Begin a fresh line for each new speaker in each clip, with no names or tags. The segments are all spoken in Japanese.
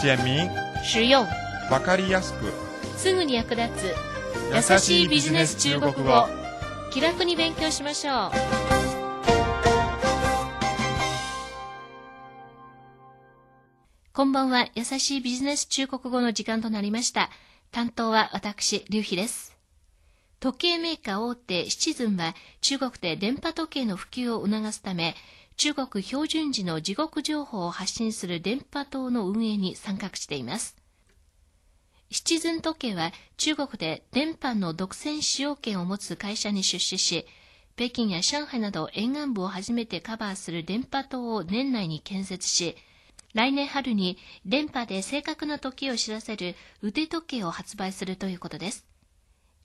简明、
实用、
わかりやすく、
すぐに役立つ優
優
しい
しい
ビ
ビ
ジ
ジ
ネ
ネ
ス
ス
中
中
国
国
語
語
気楽に勉強しましょうこんばんは優しいビジネス中国語の時間となりました担当は私劉飛です時計メーカー大手シチズンは中国で電波時計の普及を促すため中国標準時の時刻情報を発信する電波塔の運営に参画していますシチズン時計は中国で電波の独占使用権を持つ会社に出資し、北京や上海など沿岸部を初めてカバーする電波塔を年内に建設し、来年春に電波で正確な時を知らせる腕時計を発売するということです。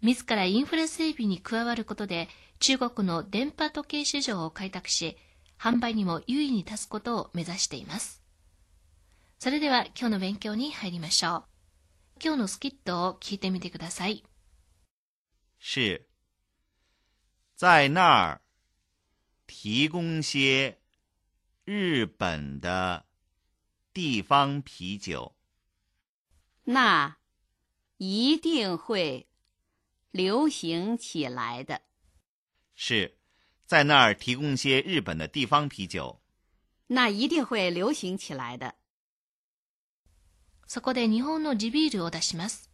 自らインフラ整備に加わることで中国の電波時計市場を開拓し、販売にも優位に立つことを目指しています。それでは今日の勉強に入りましょう。今日のスキットを聞いてみてください。
是在那儿提供些日本的地方啤酒。
那一定会流行起来的。
是在那儿提供些日本的地方啤酒。
那一定会流行起来的。
そこで日本の地ビールを出します。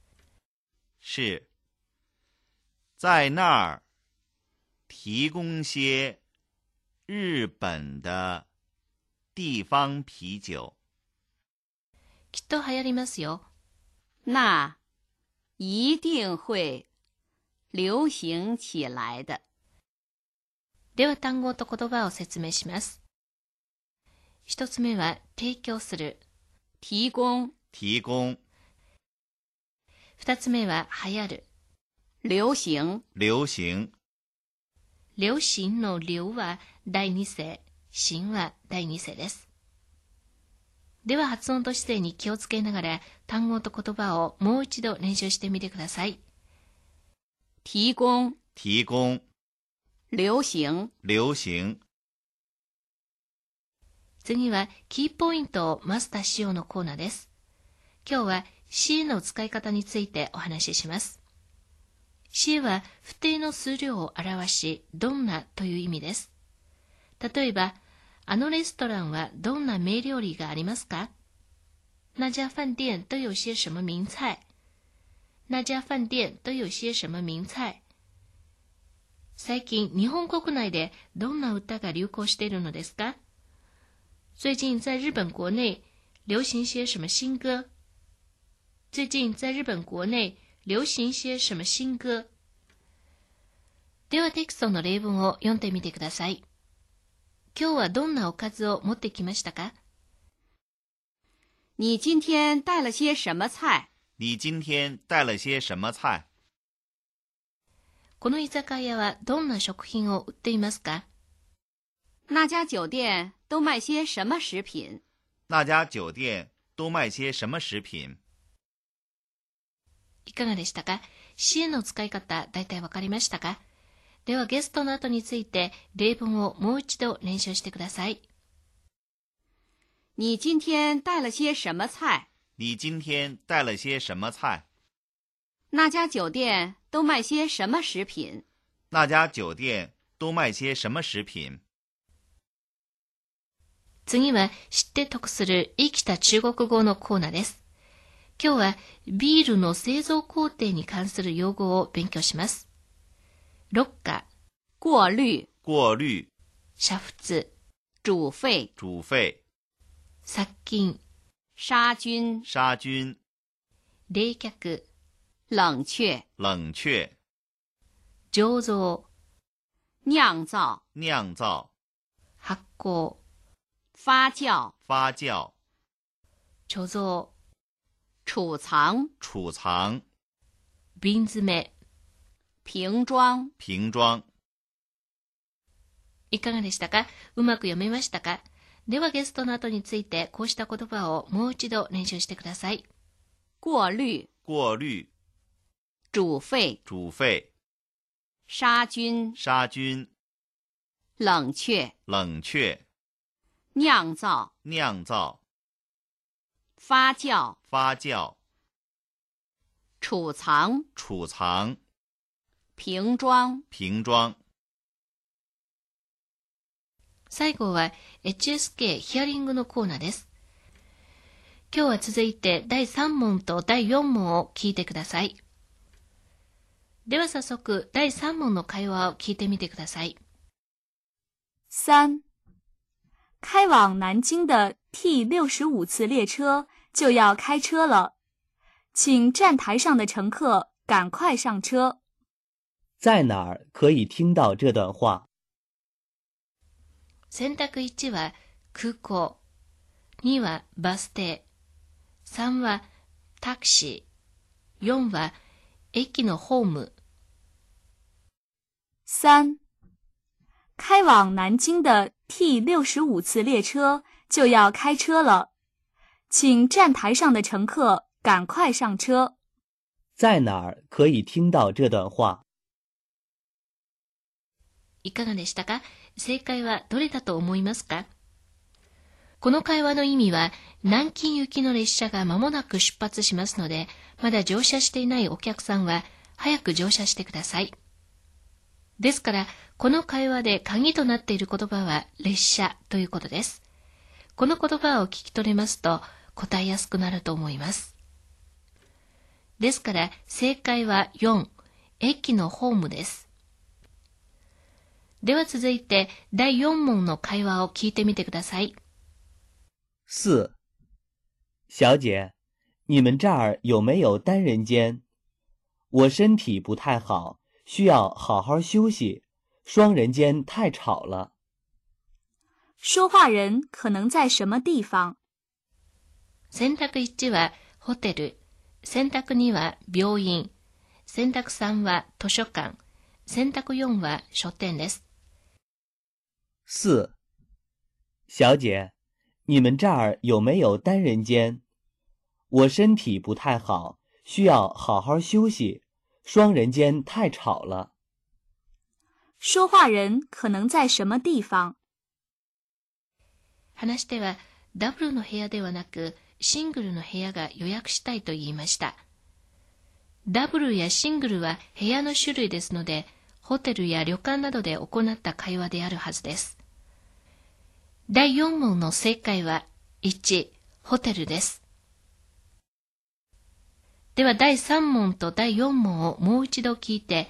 是在那儿提供些日本的地方啤酒。
きっと流行りますよ。
那一定会流行起来的。
では単語と言葉を説明します。一つ目は提供する。
提供
提供
二つ目は流行る。
流行
流行
流行の流は第二世、行は第二世です。では発音と姿勢に気をつけながら単語と言葉をもう一度練習してみてください。
提供
提供
流行
流行
次はキーポイントをマスターしようのコーナーです。今日は C の使い方についてお話しします。C は不定の数量を表し、どんなという意味です。例えば、あのレストランはどんな名料理がありますか那家饭店都有些什么名菜那家饭店都有些什么名菜最近、日本国内でどんな歌が流行しているのですか最近在日本国内流行些什么新歌？最近在日本国内流行些什么新歌？ではテキストの例文を読んでみてください。今日はどんなおかずを持ってきましたか？
你今天带了些什么菜？
你今天带了些什么菜？
この居酒屋はどんな食品を売っていますか？
那家酒店都卖些什么食品？
那家酒店都卖些什么食品？
いかがでしたか ?CA の使い方、だいたいわかりましたかではゲストの後について例文をもう一度練習してください。
你今天带了些什么菜？
你今天带了些什么菜？
那家酒店都卖些什么食品？
那家酒店都卖些什么食品？
次は知って得する生きた中国語のコーナーです。今日はビールの製造工程に関する用語を勉強します。六価、
过滤、
过滤、
煮沸、
煮沸、
煮沸、
殺菌、
杀菌、
杀菌、
冷却、
冷却、
冷却、
醸造、
酿造、
酿造、
発酵、
发酵、
发酵、
貯蔵、
储藏、
储藏、
瓶詰め。
瓶装。
瓶装。
いかがでしたかうまく読めましたかではゲストの後についてこうした言葉をもう一度練習してください。
过滤、
过滤、
煮沸、
煮沸、
杀菌、
杀菌、
冷却、
冷却、
酿造、
酿造、
发酵、
发酵、
储藏、
储藏、
瓶装、
瓶装。
最後は HSK ヒアリングのコーナーです。今日は続いて第3問と第4問を聞いてください。では早速第3問の会話を聞いてみてください。
三，开往南京的 T 六十五次列车就要开车了，请站台上的乘客赶快上车。
在哪儿可以听到这段话？
選択1は空港、2はバス停、3はタクシー、4は駅のホーム。
三，开往南京的 T 六十五次列车就要开车了，请站台上的乘客赶快上车。
在哪儿可以听到这段话？
いかがでしたか正解はどれだと思いますかこの会話の意味は、南京行きの列車が間もなく出発しますので、まだ乗車していないお客さんは、早く乗車してください。ですから、この会話で鍵となっている言葉は、列車ということです。この言葉を聞き取れますと、答えやすくなると思います。ですから、正解は4、駅のホームです。では続いて第4問の会話を聞いてみてください。
四，小姐，你们这儿有没有单人间？我身体不太好，需要好好休息，双人间太吵了。
说话人可能在什么地方？
選択1はホテル、選択2は病院、選択3は図書館、選択4は書店です。
四，小姐，你们这儿有没有单人间？我身体不太好，需要好好休息，双人间太吵了。
说话人可能在什么地方？
話してはダブルの部屋ではなくシングルの部屋が予約したいと言いましたダブルやシングルは部屋の種類ですのでホテルや旅館などで行った会話であるはずです第4問の正解は1ホテルですでは第3問と第4問をもう一度聞いて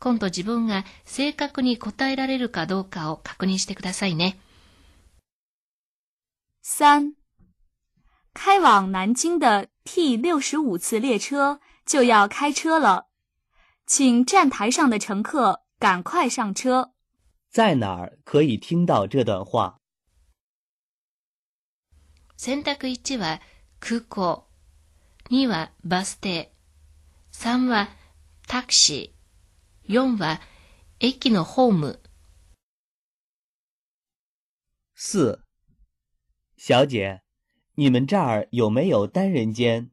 今度自分が正確に答えられるかどうかを確認してくださいね
三，开往南京的 T 六十五次列车就要开车了，请站台上的乘客赶快上车。
在哪儿可以听到这段话？
選択1は空港、2はバス停、3はタクシー、4は駅のホーム。
四，小姐，你们这儿有没有单人间？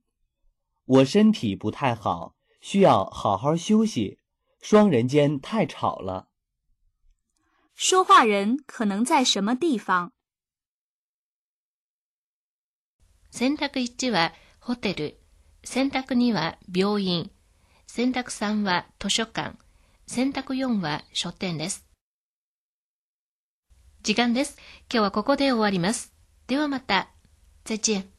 我身体不太好，需要好好休息，双人间太吵了。
说话人可能在什么地方？
選択1はホテル、選択2は病院、選択3は図書館、選択4は書店です。時間です。今日はここで終わります。ではまた。再见。